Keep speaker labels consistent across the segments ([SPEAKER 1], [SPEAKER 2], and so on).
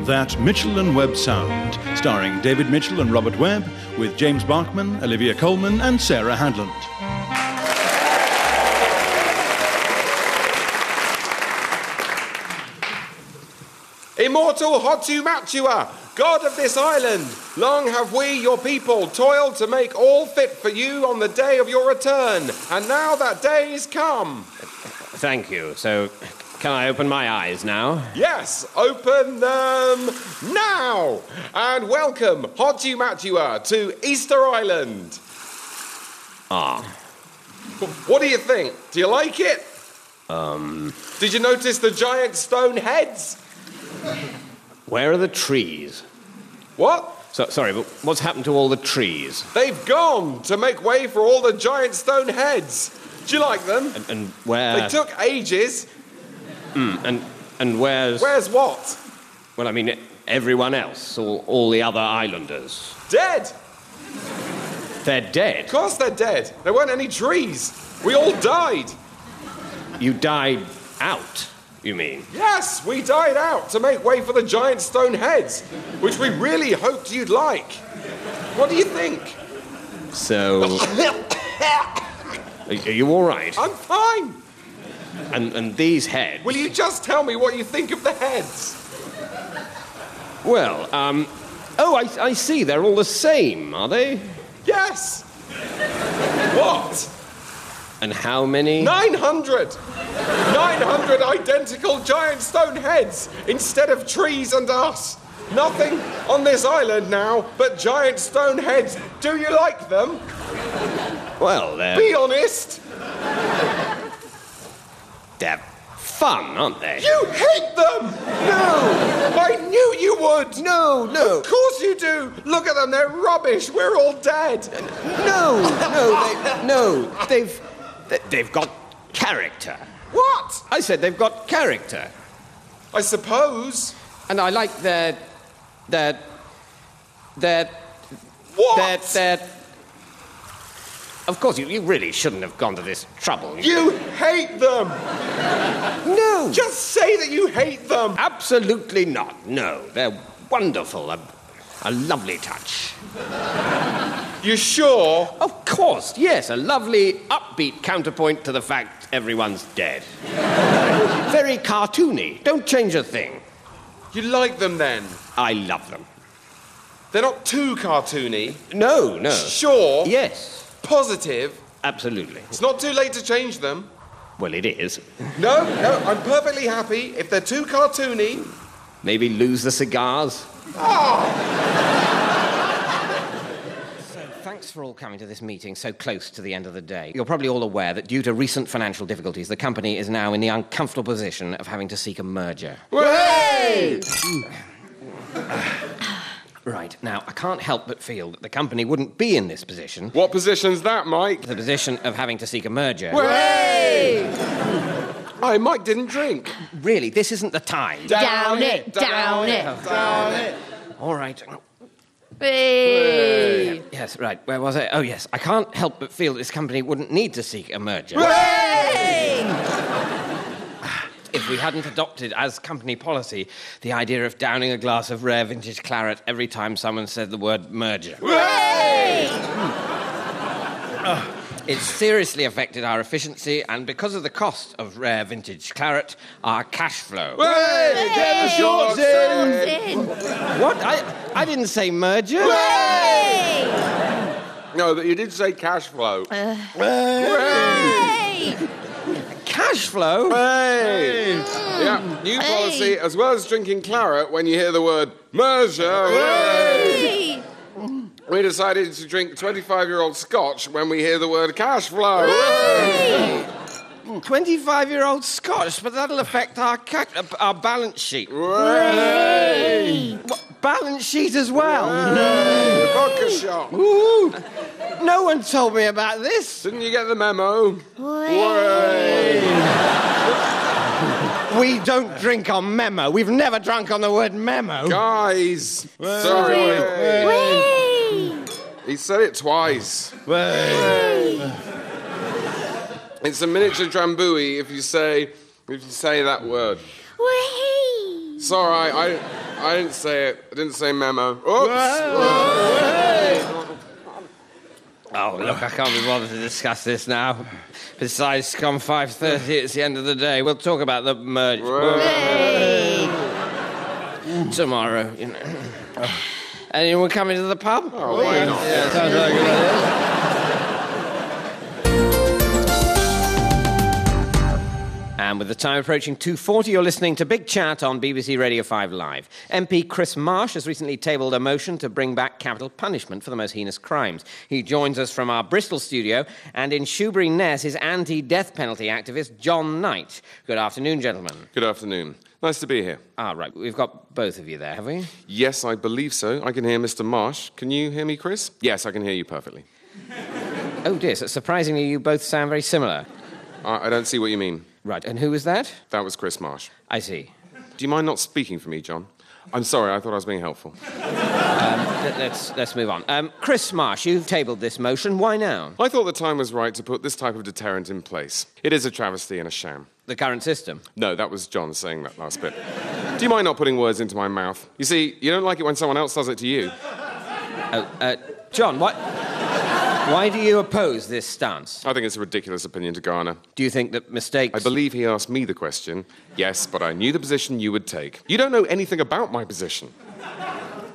[SPEAKER 1] That's Mitchell and Webb Sound, starring David Mitchell and Robert Webb, with James Barkman, Olivia Coleman, and Sarah Hadland.
[SPEAKER 2] Immortal Hotu Matua, God of this island, long have we, your people, toiled to make all fit for you on the day of your return, and now that day is come.
[SPEAKER 3] Thank you. So, can I open my eyes now?
[SPEAKER 2] Yes, open them now, and welcome Hotu Matua to Easter Island.
[SPEAKER 3] Ah.
[SPEAKER 2] What do you think? Do you like it?
[SPEAKER 3] Um.
[SPEAKER 2] Did you notice the giant stone heads?
[SPEAKER 3] Where are the trees?
[SPEAKER 2] What?
[SPEAKER 3] So, sorry, but what's happened to all the trees?
[SPEAKER 2] They've gone to make way for all the giant stone heads. Do you like them?
[SPEAKER 3] And, and where?
[SPEAKER 2] They took ages.
[SPEAKER 3] Mm, and and where's?
[SPEAKER 2] Where's what?
[SPEAKER 3] Well, I mean, everyone else, all, all the other islanders.
[SPEAKER 2] Dead.
[SPEAKER 3] They're dead.
[SPEAKER 2] Of course they're dead. There weren't any trees. We all died.
[SPEAKER 3] You died out. You mean?
[SPEAKER 2] Yes, we died out to make way for the giant stone heads, which we really hoped you'd like. What do you think?
[SPEAKER 3] So, are are you all right?
[SPEAKER 2] I'm fine.
[SPEAKER 3] And and these heads.
[SPEAKER 2] Will you just tell me what you think of the heads?
[SPEAKER 3] Well, um, oh, I, I see. They're all the same, are they?
[SPEAKER 2] Yes. What?
[SPEAKER 3] And how many?
[SPEAKER 2] 900! 900 identical giant stone heads instead of trees and us. Nothing on this island now but giant stone heads. Do you like them?
[SPEAKER 3] Well, they're
[SPEAKER 2] Be honest.
[SPEAKER 3] they're fun, aren't they?
[SPEAKER 2] You hate them! No! I knew you would!
[SPEAKER 3] No, no,
[SPEAKER 2] Of course you do! Look at them, they're rubbish! We're all dead!
[SPEAKER 3] no, no, they, no. They've they- they've got character.
[SPEAKER 2] What?
[SPEAKER 3] I said they've got character,
[SPEAKER 2] I suppose.
[SPEAKER 3] and I like their their their
[SPEAKER 2] What?
[SPEAKER 3] their their. Of course, you, you really shouldn't have gone to this trouble.
[SPEAKER 2] You hate them!
[SPEAKER 3] no,
[SPEAKER 2] Just say that you hate them!
[SPEAKER 3] absolutely not. No, they're wonderful. A, a lovely touch.
[SPEAKER 2] You sure?
[SPEAKER 3] Of course, yes, a lovely upbeat counterpoint to the fact everyone's dead. Very cartoony. Don't change a thing.
[SPEAKER 2] You like them then?
[SPEAKER 3] I love them.
[SPEAKER 2] They're not too cartoony.
[SPEAKER 3] No, no.
[SPEAKER 2] Sure.
[SPEAKER 3] Yes,
[SPEAKER 2] Positive.
[SPEAKER 3] absolutely.
[SPEAKER 2] It's not too late to change them.
[SPEAKER 3] Well, it is.
[SPEAKER 2] No, no, I'm perfectly happy. If they're too cartoony,
[SPEAKER 3] Maybe lose the cigars. So Thanks for all coming to this meeting so close to the end of the day. You're probably all aware that due to recent financial difficulties, the company is now in the uncomfortable position of having to seek a merger. Right, now, I can't help but feel that the company wouldn't be in this position,
[SPEAKER 2] What position's that, Mike?
[SPEAKER 3] the position of having to seek a merger.
[SPEAKER 2] Oh, Mike didn't drink.
[SPEAKER 3] Really, this isn't the time.
[SPEAKER 4] Down it, down it.
[SPEAKER 2] down it.
[SPEAKER 3] all right.
[SPEAKER 4] Whee!
[SPEAKER 3] Yes, right. Where was I? Oh, yes. I can't help but feel that this company wouldn't need to seek a merger if we hadn't adopted as company policy the idea of downing a glass of rare vintage claret every time someone said the word merger. It seriously affected our efficiency, and because of the cost of rare vintage claret, our cash flow.
[SPEAKER 2] Get the shorts in.
[SPEAKER 3] What? I, I didn't say merger.
[SPEAKER 2] No, but you did say cash flow.
[SPEAKER 4] Uh,
[SPEAKER 3] Cash flow?
[SPEAKER 2] Hey.
[SPEAKER 4] mm.
[SPEAKER 2] Yeah, new policy. As well as drinking claret, when you hear the word merger, we decided to drink 25-year-old scotch when we hear the word cash flow.
[SPEAKER 3] 25 year old Scotch, but that'll affect our, ca- uh, our balance sheet. What, balance sheet as well?
[SPEAKER 2] Vodka shot.
[SPEAKER 3] Ooh. No one told me about this.
[SPEAKER 2] Didn't you get the memo?
[SPEAKER 3] We don't drink on memo. We've never drunk on the word memo.
[SPEAKER 2] Guys, sorry. He said it twice. It's a miniature drambuie if you say if you say that word. Sorry, I I didn't say it. I didn't say memo. Oops.
[SPEAKER 3] Oh, look, I can't be bothered to discuss this now. Besides, come 5.30, it's the end of the day. We'll talk about the merger tomorrow, you know. Anyone coming to the pub? Oh,
[SPEAKER 2] why not?
[SPEAKER 3] sounds like a good idea. And with the time approaching 2.40, you're listening to Big Chat on BBC Radio 5 Live. MP Chris Marsh has recently tabled a motion to bring back capital punishment for the most heinous crimes. He joins us from our Bristol studio, and in Shoebury Ness is anti-death penalty activist John Knight. Good afternoon, gentlemen.
[SPEAKER 2] Good afternoon. Nice to be here.
[SPEAKER 3] Ah, right, we've got both of you there, have we?
[SPEAKER 2] Yes, I believe so. I can hear Mr. Marsh. Can you hear me, Chris? Yes, I can hear you perfectly.
[SPEAKER 3] Oh dear, so surprisingly, you both sound very similar.
[SPEAKER 2] I, I don't see what you mean.
[SPEAKER 3] Right, and who was that?
[SPEAKER 2] That was Chris Marsh.
[SPEAKER 3] I see.
[SPEAKER 2] Do you mind not speaking for me, John? I'm sorry, I thought I was being helpful.
[SPEAKER 3] Let- Let's, let's move on. Um, Chris Marsh, you've tabled this motion. Why now?
[SPEAKER 2] I thought the time was right to put this type of deterrent in place. It is a travesty and a sham.
[SPEAKER 3] The current system.
[SPEAKER 2] No, that was John saying that last bit. Do you mind not putting words into my mouth? You see, you don't like it when someone else does it to you.
[SPEAKER 3] Oh, uh, John, what? Why do you oppose this stance?
[SPEAKER 2] I think it's a ridiculous opinion to garner.
[SPEAKER 3] Do you think that mistakes.
[SPEAKER 2] I believe he asked me the question. Yes, but I knew the position you would take. You don't know anything about my position.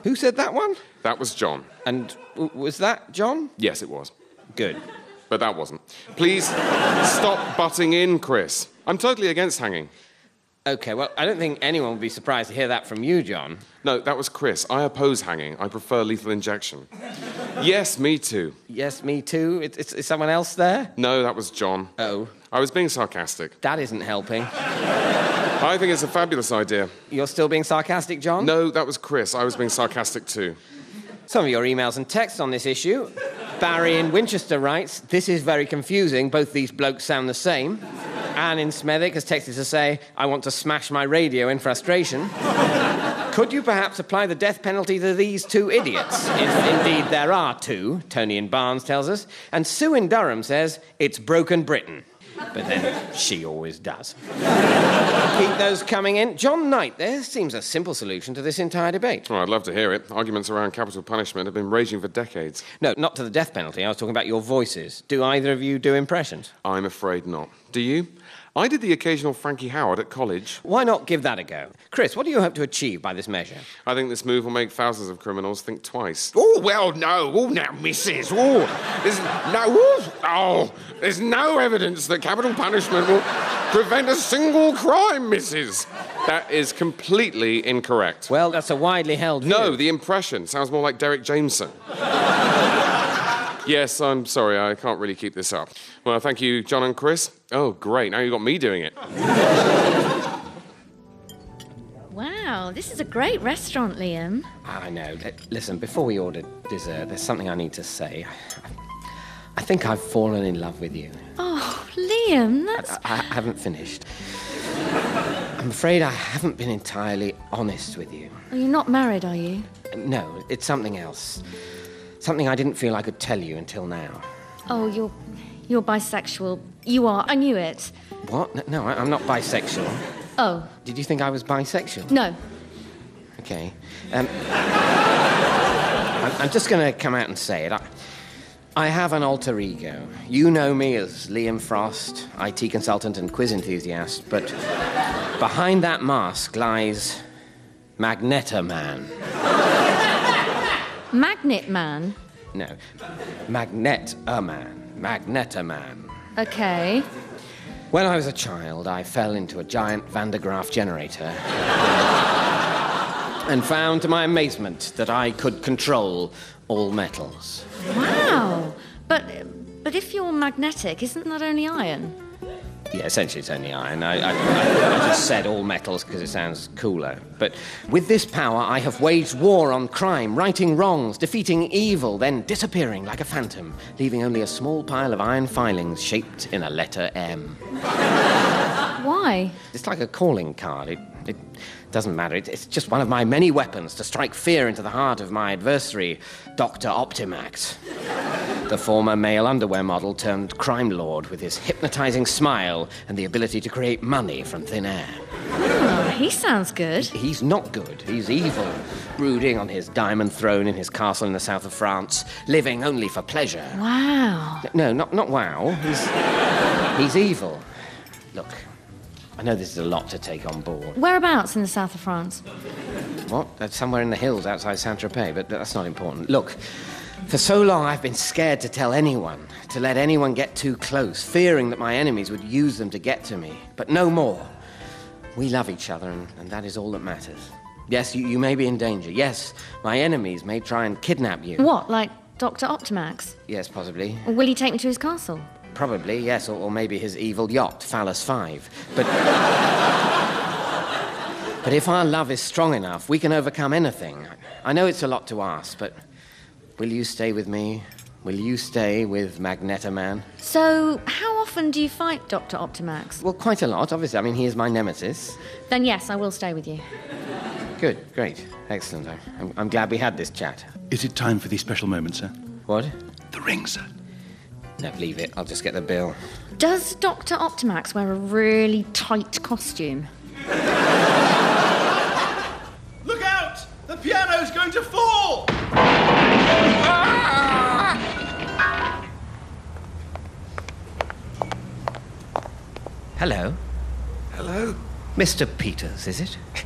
[SPEAKER 3] Who said that one?
[SPEAKER 2] That was John.
[SPEAKER 3] And w- was that John?
[SPEAKER 2] Yes, it was.
[SPEAKER 3] Good.
[SPEAKER 2] But that wasn't. Please stop butting in, Chris. I'm totally against hanging.
[SPEAKER 3] Okay, well, I don't think anyone would be surprised to hear that from you, John.
[SPEAKER 2] No, that was Chris. I oppose hanging. I prefer lethal injection. Yes, me too.
[SPEAKER 3] Yes, me too. It, it's, is someone else there?
[SPEAKER 2] No, that was John.
[SPEAKER 3] Oh,
[SPEAKER 2] I was being sarcastic.
[SPEAKER 3] that isn't helping.
[SPEAKER 2] I think it's a fabulous idea.
[SPEAKER 3] You're still being sarcastic, John?
[SPEAKER 2] No, that was Chris. I was being sarcastic too.
[SPEAKER 3] Some of your emails and texts on this issue. Barry in Winchester writes, This is very confusing. Both these blokes sound the same. Anne in Smethwick has texted to say, I want to smash my radio in frustration. Could you perhaps apply the death penalty to these two idiots? If indeed there are two, Tony in Barnes tells us. And Sue in Durham says, It's broken Britain. But then she always does. Keep those coming in. John Knight, there seems a simple solution to this entire debate.
[SPEAKER 2] Oh, I'd love to hear it. Arguments around capital punishment have been raging for decades.
[SPEAKER 3] No, not to the death penalty. I was talking about your voices. Do either of you do impressions?
[SPEAKER 2] I'm afraid not. Do you? I did the occasional Frankie Howard at college.
[SPEAKER 3] Why not give that a go? Chris, what do you hope to achieve by this measure?
[SPEAKER 2] I think this move will make thousands of criminals think twice.
[SPEAKER 5] Oh, well, no. Oh, now, missus. Oh,
[SPEAKER 2] There's no, ooh, oh, there's no evidence that capital punishment will prevent a single crime, Mrs. That is completely incorrect.
[SPEAKER 3] Well, that's a widely held
[SPEAKER 2] No,
[SPEAKER 3] view.
[SPEAKER 2] the impression sounds more like Derek Jameson. yes, I'm sorry, I can't really keep this up. Well, thank you, John and Chris. Oh, great, now you got me doing it.
[SPEAKER 4] Wow, this is a great restaurant, Liam.
[SPEAKER 3] Ah, I know. L- Listen, before we order dessert, there's something I need to say. I think I've fallen in love with you.
[SPEAKER 4] Oh, Liam, that's.
[SPEAKER 3] I, I haven't finished. I'm afraid I haven't been entirely honest with you.
[SPEAKER 4] Well, you're not married, are you?
[SPEAKER 3] No, it's something else. Something I didn't feel I could tell you until now.
[SPEAKER 4] Oh, you're. You're bisexual. You are. I knew it.
[SPEAKER 3] What? No, No, I- I'm not bisexual.
[SPEAKER 4] Oh,
[SPEAKER 3] Did you think I was bisexual?
[SPEAKER 4] no.
[SPEAKER 3] Okay. Um, I'm, I'm just going to come out and say it. I, I have an alter ego. You know me as Liam Frost, IT consultant and quiz enthusiast, but behind that mask lies Magneto Man.
[SPEAKER 4] Magnet man.
[SPEAKER 3] No, Magnet-a Man. Magneto Man.
[SPEAKER 4] Okay.
[SPEAKER 3] When I was a child, I fell into a giant Van de Graaff generator and found to my amazement that I could control all metals.
[SPEAKER 4] Wow. But. But if you're magnetic, isn't that only iron?
[SPEAKER 3] Yeah, essentially it's only iron. I, I, I, I just said all metals because it sounds cooler. But with this power, I have waged war on crime, righting wrongs, defeating evil, then disappearing like a phantom, leaving only a small pile of iron filings shaped in a letter M.
[SPEAKER 4] Why?
[SPEAKER 3] It's like a calling card. It, it doesn't matter. It, it's just one of my many weapons to strike fear into the heart of my adversary, Dr. Optimax. The former male underwear model turned crime lord with his hypnotizing smile and the ability to create money from thin air.
[SPEAKER 4] Oh, he sounds good.
[SPEAKER 3] He's not good. He's evil, brooding on his diamond throne in his castle in the south of France, living only for pleasure.
[SPEAKER 4] Wow.
[SPEAKER 3] No, not, not wow. He's, he's evil. Look, I know this is a lot to take on board.
[SPEAKER 4] Whereabouts in the south of France?
[SPEAKER 3] What? That's somewhere in the hills outside Saint Tropez, but that's not important. Look, for so long I've been scared to tell anyone, to let anyone get too close, fearing that my enemies would use them to get to me. But no more. We love each other, and, and that is all that matters. Yes, you, you may be in danger. Yes, my enemies may try and kidnap you.
[SPEAKER 4] What, like Dr. Optimax?
[SPEAKER 3] Yes, possibly.
[SPEAKER 4] Or will he take me to his castle?
[SPEAKER 3] Probably, yes, or, or maybe his evil yacht, Phallus 5. But. but if our love is strong enough, we can overcome anything. I know it's a lot to ask, but will you stay with me? Will you stay with Magnetoman?
[SPEAKER 4] So, how often do you fight Dr. Optimax?
[SPEAKER 3] Well, quite a lot, obviously. I mean, he is my nemesis.
[SPEAKER 4] Then, yes, I will stay with you.
[SPEAKER 3] Good, great, excellent. I- I'm, I'm glad we had this chat.
[SPEAKER 1] Is it time for the special moment, sir?
[SPEAKER 3] What?
[SPEAKER 1] The ring, sir.
[SPEAKER 3] No, leave it. I'll just get the bill.
[SPEAKER 4] Does Dr. Optimax wear a really tight costume?
[SPEAKER 6] Look out! The piano's going to fall!
[SPEAKER 3] Hello?
[SPEAKER 5] Hello?
[SPEAKER 3] Mr. Peters, is it?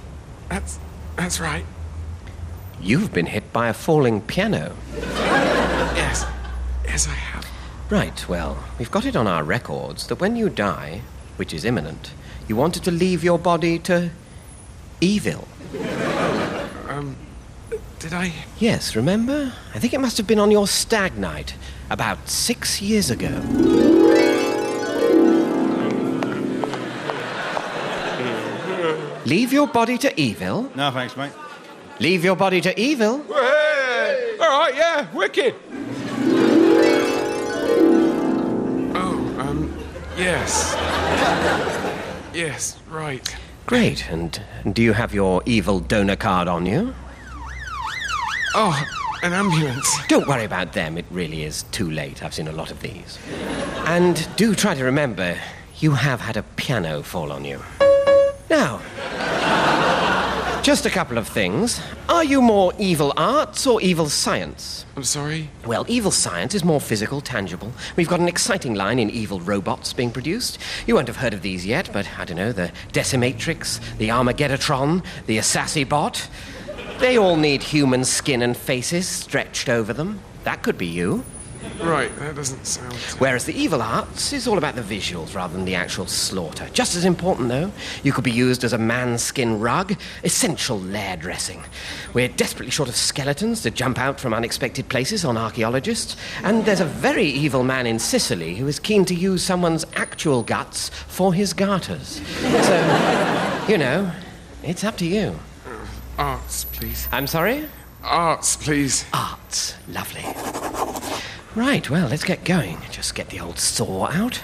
[SPEAKER 5] That's. that's right.
[SPEAKER 3] You've been hit by a falling piano.
[SPEAKER 5] Yes. Yes, I have.
[SPEAKER 3] Right, well, we've got it on our records that when you die, which is imminent, you wanted to leave your body to evil.
[SPEAKER 5] Did I?
[SPEAKER 3] Yes, remember? I think it must have been on your stag night about six years ago. Leave your body to evil?
[SPEAKER 1] No, thanks, mate.
[SPEAKER 3] Leave your body to evil?
[SPEAKER 2] Hey! All right, yeah, wicked.
[SPEAKER 5] Oh, um. Yes. yes, right.
[SPEAKER 3] Great, and do you have your evil donor card on you?
[SPEAKER 5] Oh, an ambulance.
[SPEAKER 3] Don't worry about them, it really is too late. I've seen a lot of these. And do try to remember, you have had a piano fall on you. Now, just a couple of things. Are you more evil arts or evil science?
[SPEAKER 5] I'm sorry.
[SPEAKER 3] Well, evil science is more physical, tangible. We've got an exciting line in evil robots being produced. You won't have heard of these yet, but I don't know, the Decimatrix, the Armageddon, the Assassibot. They all need human skin and faces stretched over them. That could be you.
[SPEAKER 5] Right, that doesn't sound.
[SPEAKER 3] Whereas the evil arts is all about the visuals rather than the actual slaughter. Just as important, though, you could be used as a man skin rug, essential lair dressing. We're desperately short of skeletons to jump out from unexpected places on archaeologists, and there's a very evil man in Sicily who is keen to use someone's actual guts for his garters. So, you know, it's up to you.
[SPEAKER 5] Arts, please.
[SPEAKER 3] I'm sorry?
[SPEAKER 5] Arts, please.
[SPEAKER 3] Arts. Lovely. Right, well, let's get going. Just get the old saw out.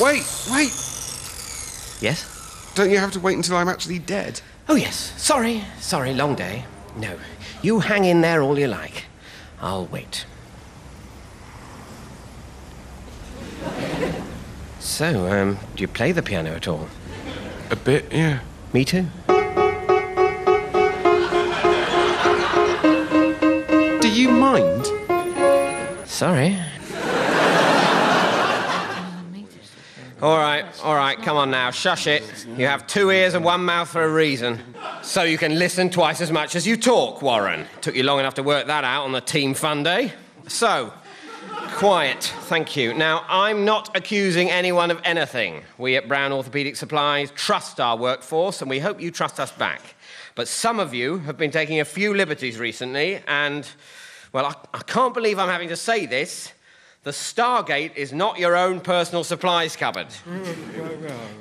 [SPEAKER 5] Wait, wait.
[SPEAKER 3] Yes?
[SPEAKER 5] Don't you have to wait until I'm actually dead?
[SPEAKER 3] Oh, yes. Sorry, sorry, long day. No, you hang in there all you like. I'll wait. So, um, do you play the piano at all?
[SPEAKER 5] A bit, yeah.
[SPEAKER 3] Me too.
[SPEAKER 5] Do you mind?
[SPEAKER 3] Sorry. All right, all right, come on now, shush it. You have two ears and one mouth for a reason. So you can listen twice as much as you talk, Warren. Took you long enough to work that out on the team fun day. So, quiet, thank you. Now, I'm not accusing anyone of anything. We at Brown Orthopaedic Supplies trust our workforce and we hope you trust us back. But some of you have been taking a few liberties recently, and, well, I, I can't believe I'm having to say this. The Stargate is not your own personal supplies cupboard.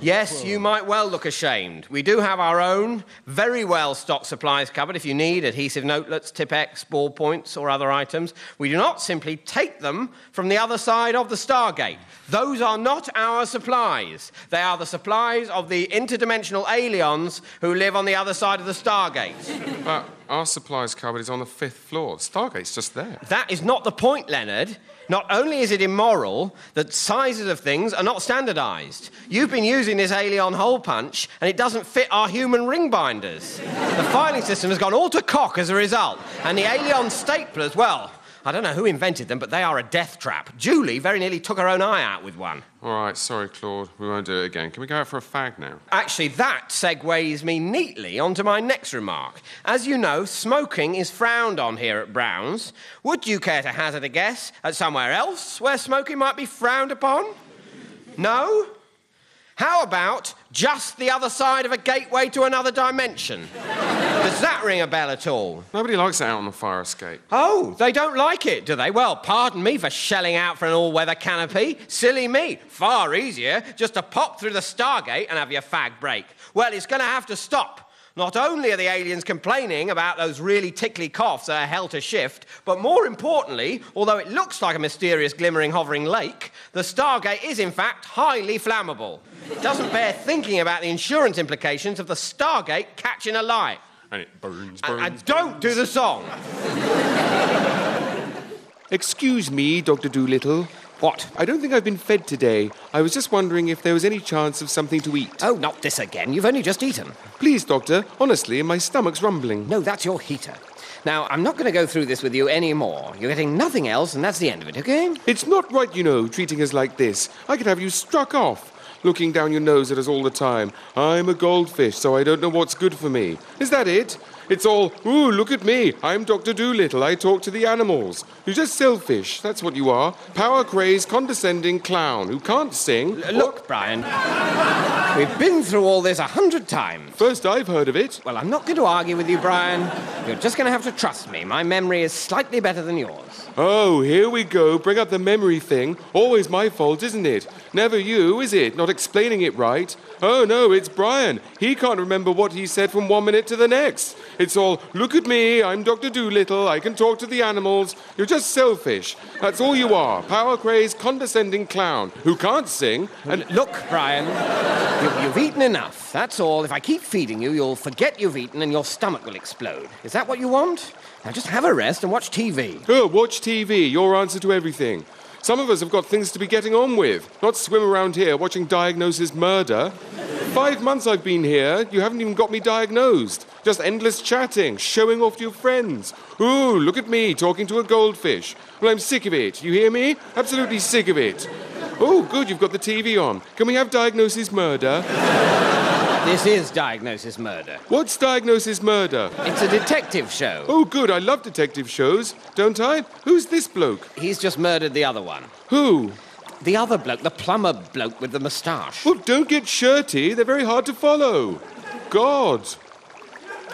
[SPEAKER 3] Yes, you might well look ashamed. We do have our own very well stocked supplies cupboard if you need adhesive notelets, Tipex, ball points, or other items. We do not simply take them from the other side of the Stargate. Those are not our supplies. They are the supplies of the interdimensional aliens who live on the other side of the Stargate.
[SPEAKER 5] Uh,
[SPEAKER 7] Our supplies cupboard is on the fifth floor. Stargate's just there.
[SPEAKER 3] That is not the point, Leonard. Not only is it immoral, the sizes of things are not standardized. You've been using this Alien hole punch, and it doesn't fit our human ring binders. The filing system has gone all to cock as a result, and the Alien staple as well. I don't know who invented them, but they are a death trap. Julie very nearly took her own eye out with one.
[SPEAKER 7] All right, sorry, Claude. We won't do it again. Can we go out for a fag now?
[SPEAKER 3] Actually, that segues me neatly onto my next remark. As you know, smoking is frowned on here at Brown's. Would you care to hazard a guess at somewhere else where smoking might be frowned upon? No? How about just the other side of a gateway to another dimension? Does that ring a bell at all?
[SPEAKER 7] Nobody likes it out on the fire escape.
[SPEAKER 3] Oh, they don't like it, do they? Well, pardon me for shelling out for an all weather canopy. Silly me. Far easier just to pop through the Stargate and have your fag break. Well, it's going to have to stop. Not only are the aliens complaining about those really tickly coughs that are hell to shift, but more importantly, although it looks like a mysterious glimmering hovering lake, the Stargate is in fact highly flammable. It doesn't bear thinking about the insurance implications of the Stargate catching alight.
[SPEAKER 7] And it burns, burns.
[SPEAKER 3] And, and don't do the song.
[SPEAKER 2] Excuse me, Dr. Doolittle.
[SPEAKER 3] What?
[SPEAKER 2] I don't think I've been fed today. I was just wondering if there was any chance of something to eat.
[SPEAKER 3] Oh, not this again. You've only just eaten.
[SPEAKER 2] Please, Doctor, honestly, my stomach's rumbling.
[SPEAKER 3] No, that's your heater. Now, I'm not going to go through this with you anymore. You're getting nothing else, and that's the end of it, okay?
[SPEAKER 2] It's not right, you know, treating us like this. I could have you struck off, looking down your nose at us all the time. I'm a goldfish, so I don't know what's good for me. Is that it? It's all, ooh, look at me. I'm Dr. Doolittle. I talk to the animals. You're just selfish. That's what you are. Power crazed, condescending clown who can't sing.
[SPEAKER 3] Uh, Look, Brian, we've been through all this a hundred times.
[SPEAKER 2] First I've heard of it.
[SPEAKER 3] Well, I'm not going to argue with you, Brian. You're just going to have to trust me. My memory is slightly better than yours.
[SPEAKER 2] Oh, here we go. Bring up the memory thing. Always my fault, isn't it? Never you, is it? Not explaining it right. Oh no, it's Brian. He can't remember what he said from one minute to the next. It's all, look at me, I'm Dr. Doolittle, I can talk to the animals. You're just selfish. That's all you are. Power crazed, condescending clown who can't sing and
[SPEAKER 3] Look, Brian, you, you've eaten enough. That's all. If I keep feeding you, you'll forget you've eaten and your stomach will explode. Is that what you want? Now just have a rest and watch TV.
[SPEAKER 2] Oh, watch TV, your answer to everything. Some of us have got things to be getting on with, not swim around here watching Diagnosis Murder. Five months I've been here, you haven't even got me diagnosed. Just endless chatting, showing off to your friends. Ooh, look at me talking to a goldfish. Well, I'm sick of it, you hear me? Absolutely sick of it. Oh, good, you've got the TV on. Can we have Diagnosis Murder?
[SPEAKER 3] This is Diagnosis Murder.
[SPEAKER 2] What's Diagnosis Murder?
[SPEAKER 3] It's a detective show.
[SPEAKER 2] Oh, good, I love detective shows, don't I? Who's this bloke?
[SPEAKER 3] He's just murdered the other one.
[SPEAKER 2] Who?
[SPEAKER 3] The other bloke, the plumber bloke with the moustache.
[SPEAKER 2] Well, don't get shirty. They're very hard to follow. God.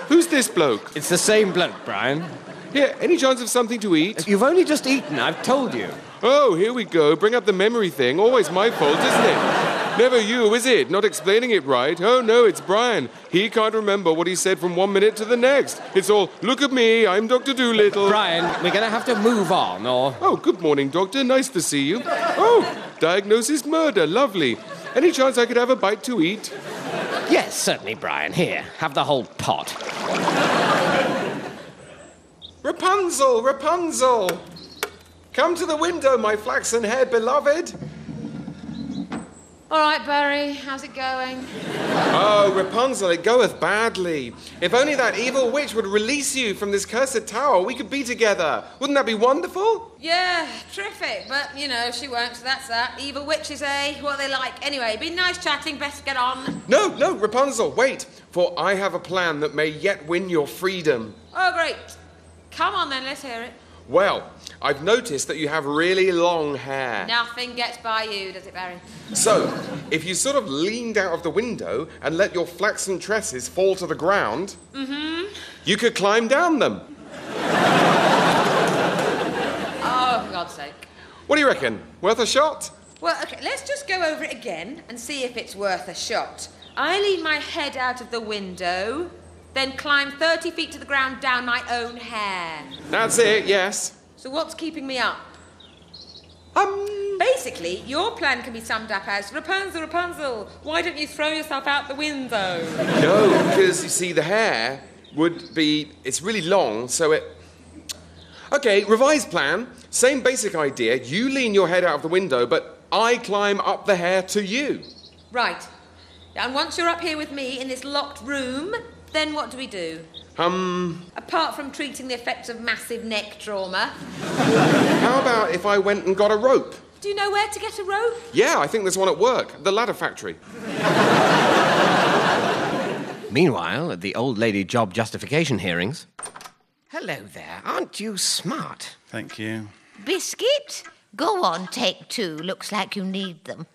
[SPEAKER 2] Who's this bloke?
[SPEAKER 3] It's the same bloke, Brian.
[SPEAKER 2] Here, any chance of something to eat?
[SPEAKER 3] You've only just eaten, I've told you.
[SPEAKER 2] Oh, here we go. Bring up the memory thing. Always my fault, isn't it? Never you, is it? Not explaining it right. Oh, no, it's Brian. He can't remember what he said from one minute to the next. It's all, look at me, I'm Dr. Doolittle.
[SPEAKER 3] Brian, we're going to have to move on, or.
[SPEAKER 2] Oh, good morning, Doctor. Nice to see you. Oh, diagnosis murder. Lovely. Any chance I could have a bite to eat?
[SPEAKER 3] Yes, certainly, Brian. Here, have the whole pot.
[SPEAKER 8] Rapunzel, Rapunzel! Come to the window, my flaxen hair beloved!
[SPEAKER 9] All right, Barry, how's it going?
[SPEAKER 8] Oh, Rapunzel, it goeth badly. If only that evil witch would release you from this cursed tower, we could be together. Wouldn't that be wonderful?
[SPEAKER 9] Yeah, terrific, but you know, she won't, so that's that. Evil witches, eh? What are they like? Anyway, been nice chatting, best get on.
[SPEAKER 8] No, no, Rapunzel, wait, for I have a plan that may yet win your freedom.
[SPEAKER 9] Oh, great. Come on then, let's hear it.
[SPEAKER 8] Well, I've noticed that you have really long hair.
[SPEAKER 9] Nothing gets by you, does it, Barry?
[SPEAKER 8] So, if you sort of leaned out of the window and let your flaxen tresses fall to the ground, you could climb down them.
[SPEAKER 9] Oh, for God's sake.
[SPEAKER 8] What do you reckon? Worth a shot?
[SPEAKER 9] Well, okay, let's just go over it again and see if it's worth a shot. I lean my head out of the window, then climb 30 feet to the ground down my own hair.
[SPEAKER 8] That's it, yes.
[SPEAKER 9] So, what's keeping me up?
[SPEAKER 8] Um,
[SPEAKER 9] Basically, your plan can be summed up as Rapunzel, Rapunzel, why don't you throw yourself out the window?
[SPEAKER 8] no, because you see, the hair
[SPEAKER 2] would be it's really long, so it. Okay, revised plan. Same basic idea. You lean your head out of the window, but I climb up the hair to you.
[SPEAKER 10] Right. And once you're up here with me in this locked room, then what do we do?
[SPEAKER 2] Um,
[SPEAKER 10] Apart from treating the effects of massive neck trauma,
[SPEAKER 2] how about if I went and got a rope?
[SPEAKER 10] do you know where to get a rope?
[SPEAKER 2] Yeah, I think there's one at work, the ladder factory.
[SPEAKER 3] Meanwhile, at the old lady job justification hearings. Hello there, aren't you smart?
[SPEAKER 1] Thank you.
[SPEAKER 9] Biscuit? Go on, take two. Looks like you need them.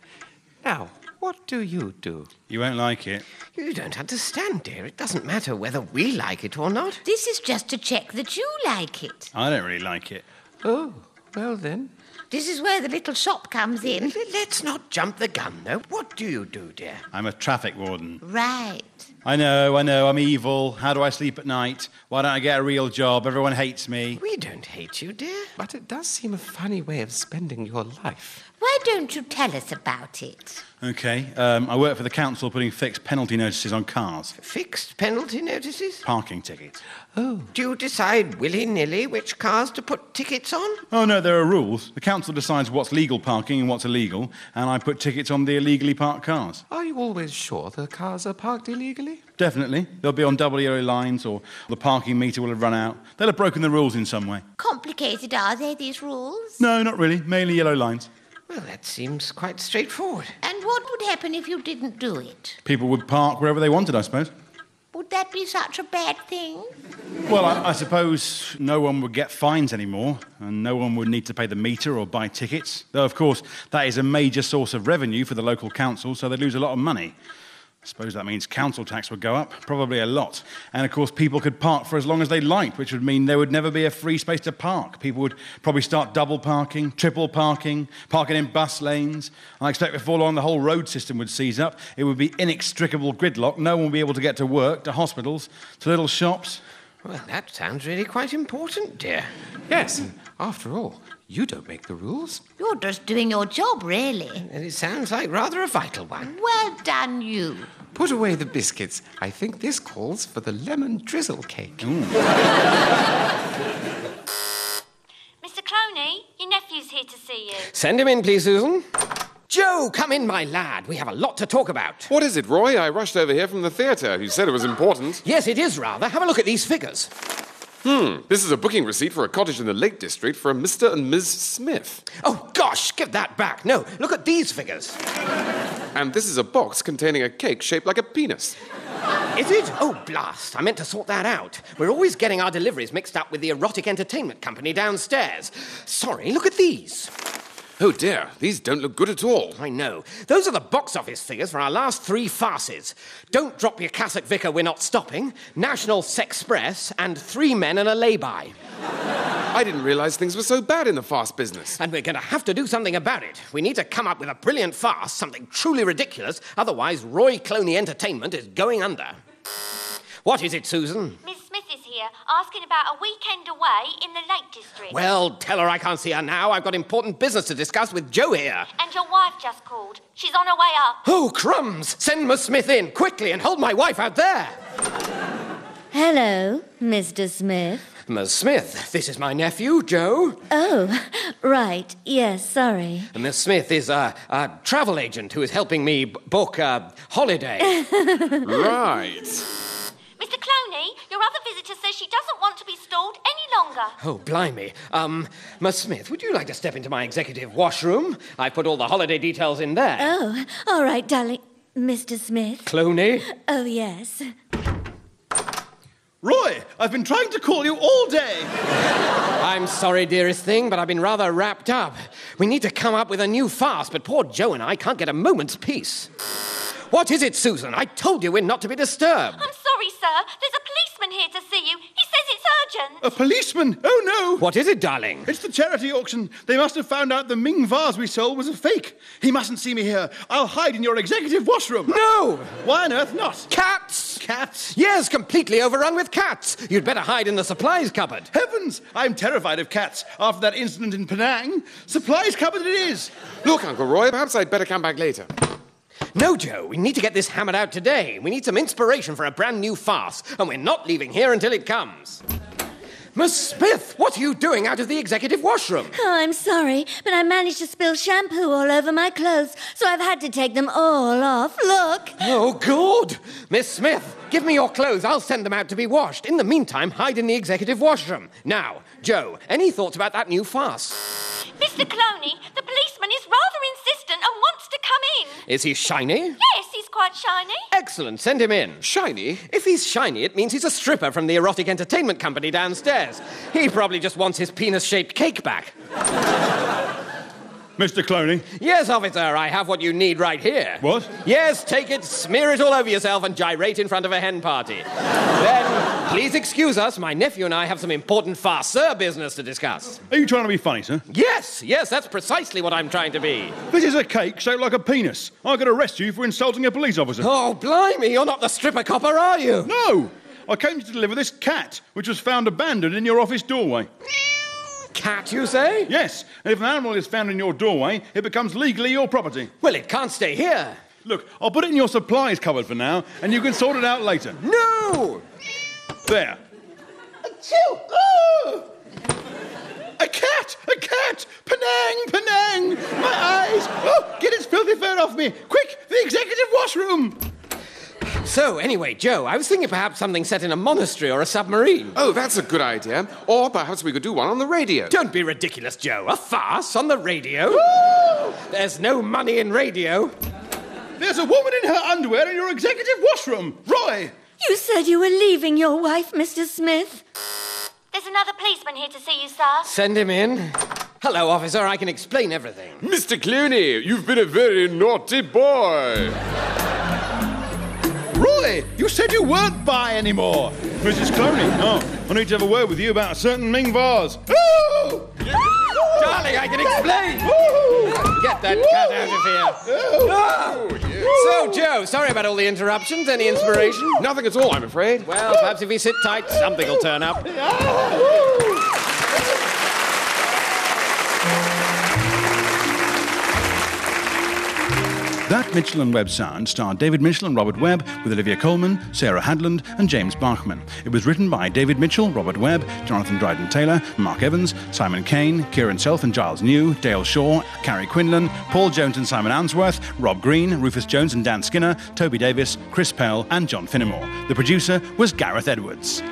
[SPEAKER 3] Now, what do you do?
[SPEAKER 1] You won't like it.
[SPEAKER 3] You don't understand, dear. It doesn't matter whether we like it or not.
[SPEAKER 9] This is just to check that you like it.
[SPEAKER 1] I don't really like it.
[SPEAKER 3] Oh, well then.
[SPEAKER 9] This is where the little shop comes in.
[SPEAKER 3] Let's not jump the gun, though. What do you do, dear?
[SPEAKER 1] I'm a traffic warden.
[SPEAKER 9] Right.
[SPEAKER 1] I know, I know, I'm evil. How do I sleep at night? Why don't I get a real job? Everyone hates me.
[SPEAKER 3] We don't hate you, dear.
[SPEAKER 11] But it does seem a funny way of spending your life.
[SPEAKER 9] Why don't you tell us about it?
[SPEAKER 1] Okay, um, I work for the council putting fixed penalty notices on cars,
[SPEAKER 3] Fixed penalty notices?
[SPEAKER 1] parking tickets.
[SPEAKER 3] Do you decide willy nilly which cars to put tickets on?
[SPEAKER 1] Oh no, there are rules. The council decides what's legal parking and what's illegal, and I put tickets on the illegally parked cars.
[SPEAKER 11] Are you always sure the cars are parked illegally?
[SPEAKER 1] Definitely. They'll be on double yellow lines, or the parking meter will have run out. They'll have broken the rules in some way.
[SPEAKER 9] Complicated are they, these rules?
[SPEAKER 1] No, not really. Mainly yellow lines.
[SPEAKER 3] Well, that seems quite straightforward.
[SPEAKER 9] And what would happen if you didn't do it?
[SPEAKER 1] People would park wherever they wanted, I suppose.
[SPEAKER 9] Would that be such a bad thing?
[SPEAKER 1] Well, I, I suppose no one would get fines anymore, and no one would need to pay the meter or buy tickets. Though, of course, that is a major source of revenue for the local council, so they lose a lot of money. I suppose that means council tax would go up, probably a lot. And of course, people could park for as long as they liked, which would mean there would never be a free space to park. People would probably start double parking, triple parking, parking in bus lanes. I expect before long the whole road system would seize up. It would be inextricable gridlock. No one would be able to get to work, to hospitals, to little shops.
[SPEAKER 3] Well, that sounds really quite important, dear.
[SPEAKER 11] Yes, after all, you don't make the rules.
[SPEAKER 9] You're just doing your job, really.
[SPEAKER 3] And it sounds like rather a vital one.
[SPEAKER 9] Well done, you.
[SPEAKER 11] Put away the biscuits. I think this calls for the lemon drizzle cake.
[SPEAKER 12] Mr. Crony, your nephew's here to see you.
[SPEAKER 3] Send him in, please, Susan. Joe, come in, my lad. We have a lot to talk about.
[SPEAKER 2] What is it, Roy? I rushed over here from the theatre. You said it was important. Hmm.
[SPEAKER 3] Yes, it is rather. Have a look at these figures.
[SPEAKER 2] This is a booking receipt for a cottage in the Lake District for a Mr. and Ms. Smith.
[SPEAKER 3] Oh, gosh, give that back. No, look at these figures.
[SPEAKER 2] And this is a box containing a cake shaped like a penis.
[SPEAKER 3] Is it? Oh, blast. I meant to sort that out. We're always getting our deliveries mixed up with the erotic entertainment company downstairs. Sorry, look at these.
[SPEAKER 2] Oh dear, these don't look good at all.
[SPEAKER 3] I know. Those are the box office figures for our last three farces Don't Drop Your Cassock Vicar, We're Not Stopping, National Sexpress, and Three Men and a Lay-By.
[SPEAKER 2] I didn't realize things were so bad in the fast business.
[SPEAKER 3] And we're going to have to do something about it. We need to come up with a brilliant farce, something truly ridiculous, otherwise, Roy Cloney Entertainment is going under. What is it, Susan?
[SPEAKER 12] Miss Smith is here asking about a weekend away in the Lake District.
[SPEAKER 3] Well, tell her I can't see her now. I've got important business to discuss with Joe here.
[SPEAKER 12] and your wife just called. She's on her way up.
[SPEAKER 3] Oh, crumbs! Send Miss Smith in quickly and hold my wife out there.
[SPEAKER 4] Hello, Mr. Smith.
[SPEAKER 3] Miss Smith, this is my nephew, Joe.
[SPEAKER 4] Oh, right. Yes, sorry.
[SPEAKER 3] Miss Smith is a, a travel agent who is helping me b- book a holiday.
[SPEAKER 2] Right.
[SPEAKER 12] Mr. Cloney, your other visitor says she doesn't want to be stalled any longer.
[SPEAKER 3] oh, blimey. Um, Miss Smith, would you like to step into my executive washroom? I put all the holiday details in there.
[SPEAKER 4] Oh, all right, darling. Mr. Smith.
[SPEAKER 3] Cloney?
[SPEAKER 4] Oh, yes.
[SPEAKER 1] Roy, I've been trying to call you all day.
[SPEAKER 3] I'm sorry, dearest thing, but I've been rather wrapped up. We need to come up with a new farce, but poor Joe and I can't get a moment's peace. What is it, Susan? I told you we're not to be disturbed.
[SPEAKER 12] I'm sorry, sir. There's a policeman here to see you. He says it's urgent.
[SPEAKER 1] A policeman? Oh no!
[SPEAKER 3] What is it, darling?
[SPEAKER 1] It's the charity auction. They must have found out the Ming vase we sold was a fake. He mustn't see me here. I'll hide in your executive washroom.
[SPEAKER 3] No!
[SPEAKER 1] Why on earth not?
[SPEAKER 3] Cats!
[SPEAKER 1] Cats?
[SPEAKER 3] Yes, completely overrun with cats. You'd better hide in the supplies cupboard.
[SPEAKER 1] Heavens! I'm terrified of cats after that incident in Penang. Supplies cupboard it is.
[SPEAKER 2] Look, Uncle Roy, perhaps I'd better come back later.
[SPEAKER 3] No, Joe, we need to get this hammered out today. We need some inspiration for a brand new farce, and we're not leaving here until it comes. Miss Smith, what are you doing out of the executive washroom?
[SPEAKER 4] Oh, I'm sorry, but I managed to spill shampoo all over my clothes, so I've had to take them all off. Look!
[SPEAKER 3] Oh, good! Miss Smith, give me your clothes. I'll send them out to be washed. In the meantime, hide in the executive washroom. Now, Joe, any thoughts about that new farce?
[SPEAKER 12] Mr. Cloney, the policeman is rather insistent and wants to come in.
[SPEAKER 3] Is he shiny?
[SPEAKER 12] Yes, he's quite shiny.
[SPEAKER 3] Excellent, send him in.
[SPEAKER 2] Shiny?
[SPEAKER 3] If he's shiny, it means he's a stripper from the erotic entertainment company downstairs. He probably just wants his penis shaped cake back.
[SPEAKER 6] Mr. Cloney?
[SPEAKER 3] Yes, officer, I have what you need right here.
[SPEAKER 6] What?
[SPEAKER 3] Yes, take it, smear it all over yourself, and gyrate in front of a hen party. then, please excuse us, my nephew and I have some important farceur business to discuss.
[SPEAKER 6] Are you trying to be funny, sir?
[SPEAKER 3] Yes, yes, that's precisely what I'm trying to be.
[SPEAKER 6] This is a cake shaped like a penis. I could arrest you for insulting a police officer.
[SPEAKER 3] Oh, blimey, you're not the stripper copper, are you?
[SPEAKER 6] No! I came to deliver this cat, which was found abandoned in your office doorway.
[SPEAKER 3] Cat, you say?
[SPEAKER 6] Yes, and if an animal is found in your doorway, it becomes legally your property.
[SPEAKER 3] Well, it can't stay here.
[SPEAKER 6] Look, I'll put it in your supplies cupboard for now, and you can sort it out later.
[SPEAKER 3] No!
[SPEAKER 6] There.
[SPEAKER 13] Achoo! Oh!
[SPEAKER 6] A cat! A cat! Penang! Penang! My eyes! Oh, get its filthy fur off me! Quick! The executive washroom!
[SPEAKER 3] So, anyway, Joe, I was thinking perhaps something set in a monastery or a submarine.
[SPEAKER 2] Oh, that's a good idea. Or perhaps we could do one on the radio.
[SPEAKER 3] Don't be ridiculous, Joe. A farce on the radio? There's no money in radio.
[SPEAKER 6] There's a woman in her underwear in your executive washroom! Roy!
[SPEAKER 4] You said you were leaving your wife, Mr. Smith.
[SPEAKER 12] There's another policeman here to see you, sir.
[SPEAKER 3] Send him in. Hello, officer, I can explain everything.
[SPEAKER 2] Mr. Clooney, you've been a very naughty boy.
[SPEAKER 6] Roy! You said you weren't bi anymore! Mrs. Cloney, oh, I need to have a word with you about a certain Ming vase. Oh!
[SPEAKER 3] Darling, I can explain!
[SPEAKER 6] Oh!
[SPEAKER 3] Get that cat out of here.
[SPEAKER 6] Oh!
[SPEAKER 3] So, Joe, sorry about all the interruptions. Any inspiration?
[SPEAKER 2] Nothing at all, I'm afraid.
[SPEAKER 3] Well, perhaps if we sit tight, something will turn up.
[SPEAKER 6] That Mitchell and Webb Sound starred David Mitchell and Robert Webb with Olivia Coleman, Sarah Hadland, and James Bachman. It was written by David Mitchell, Robert Webb, Jonathan Dryden Taylor, Mark Evans, Simon Kane, Kieran Self and Giles New, Dale Shaw, Carrie Quinlan, Paul Jones and Simon Answorth, Rob Green, Rufus Jones and Dan Skinner, Toby Davis, Chris Pell, and John Finnemore. The producer was Gareth Edwards.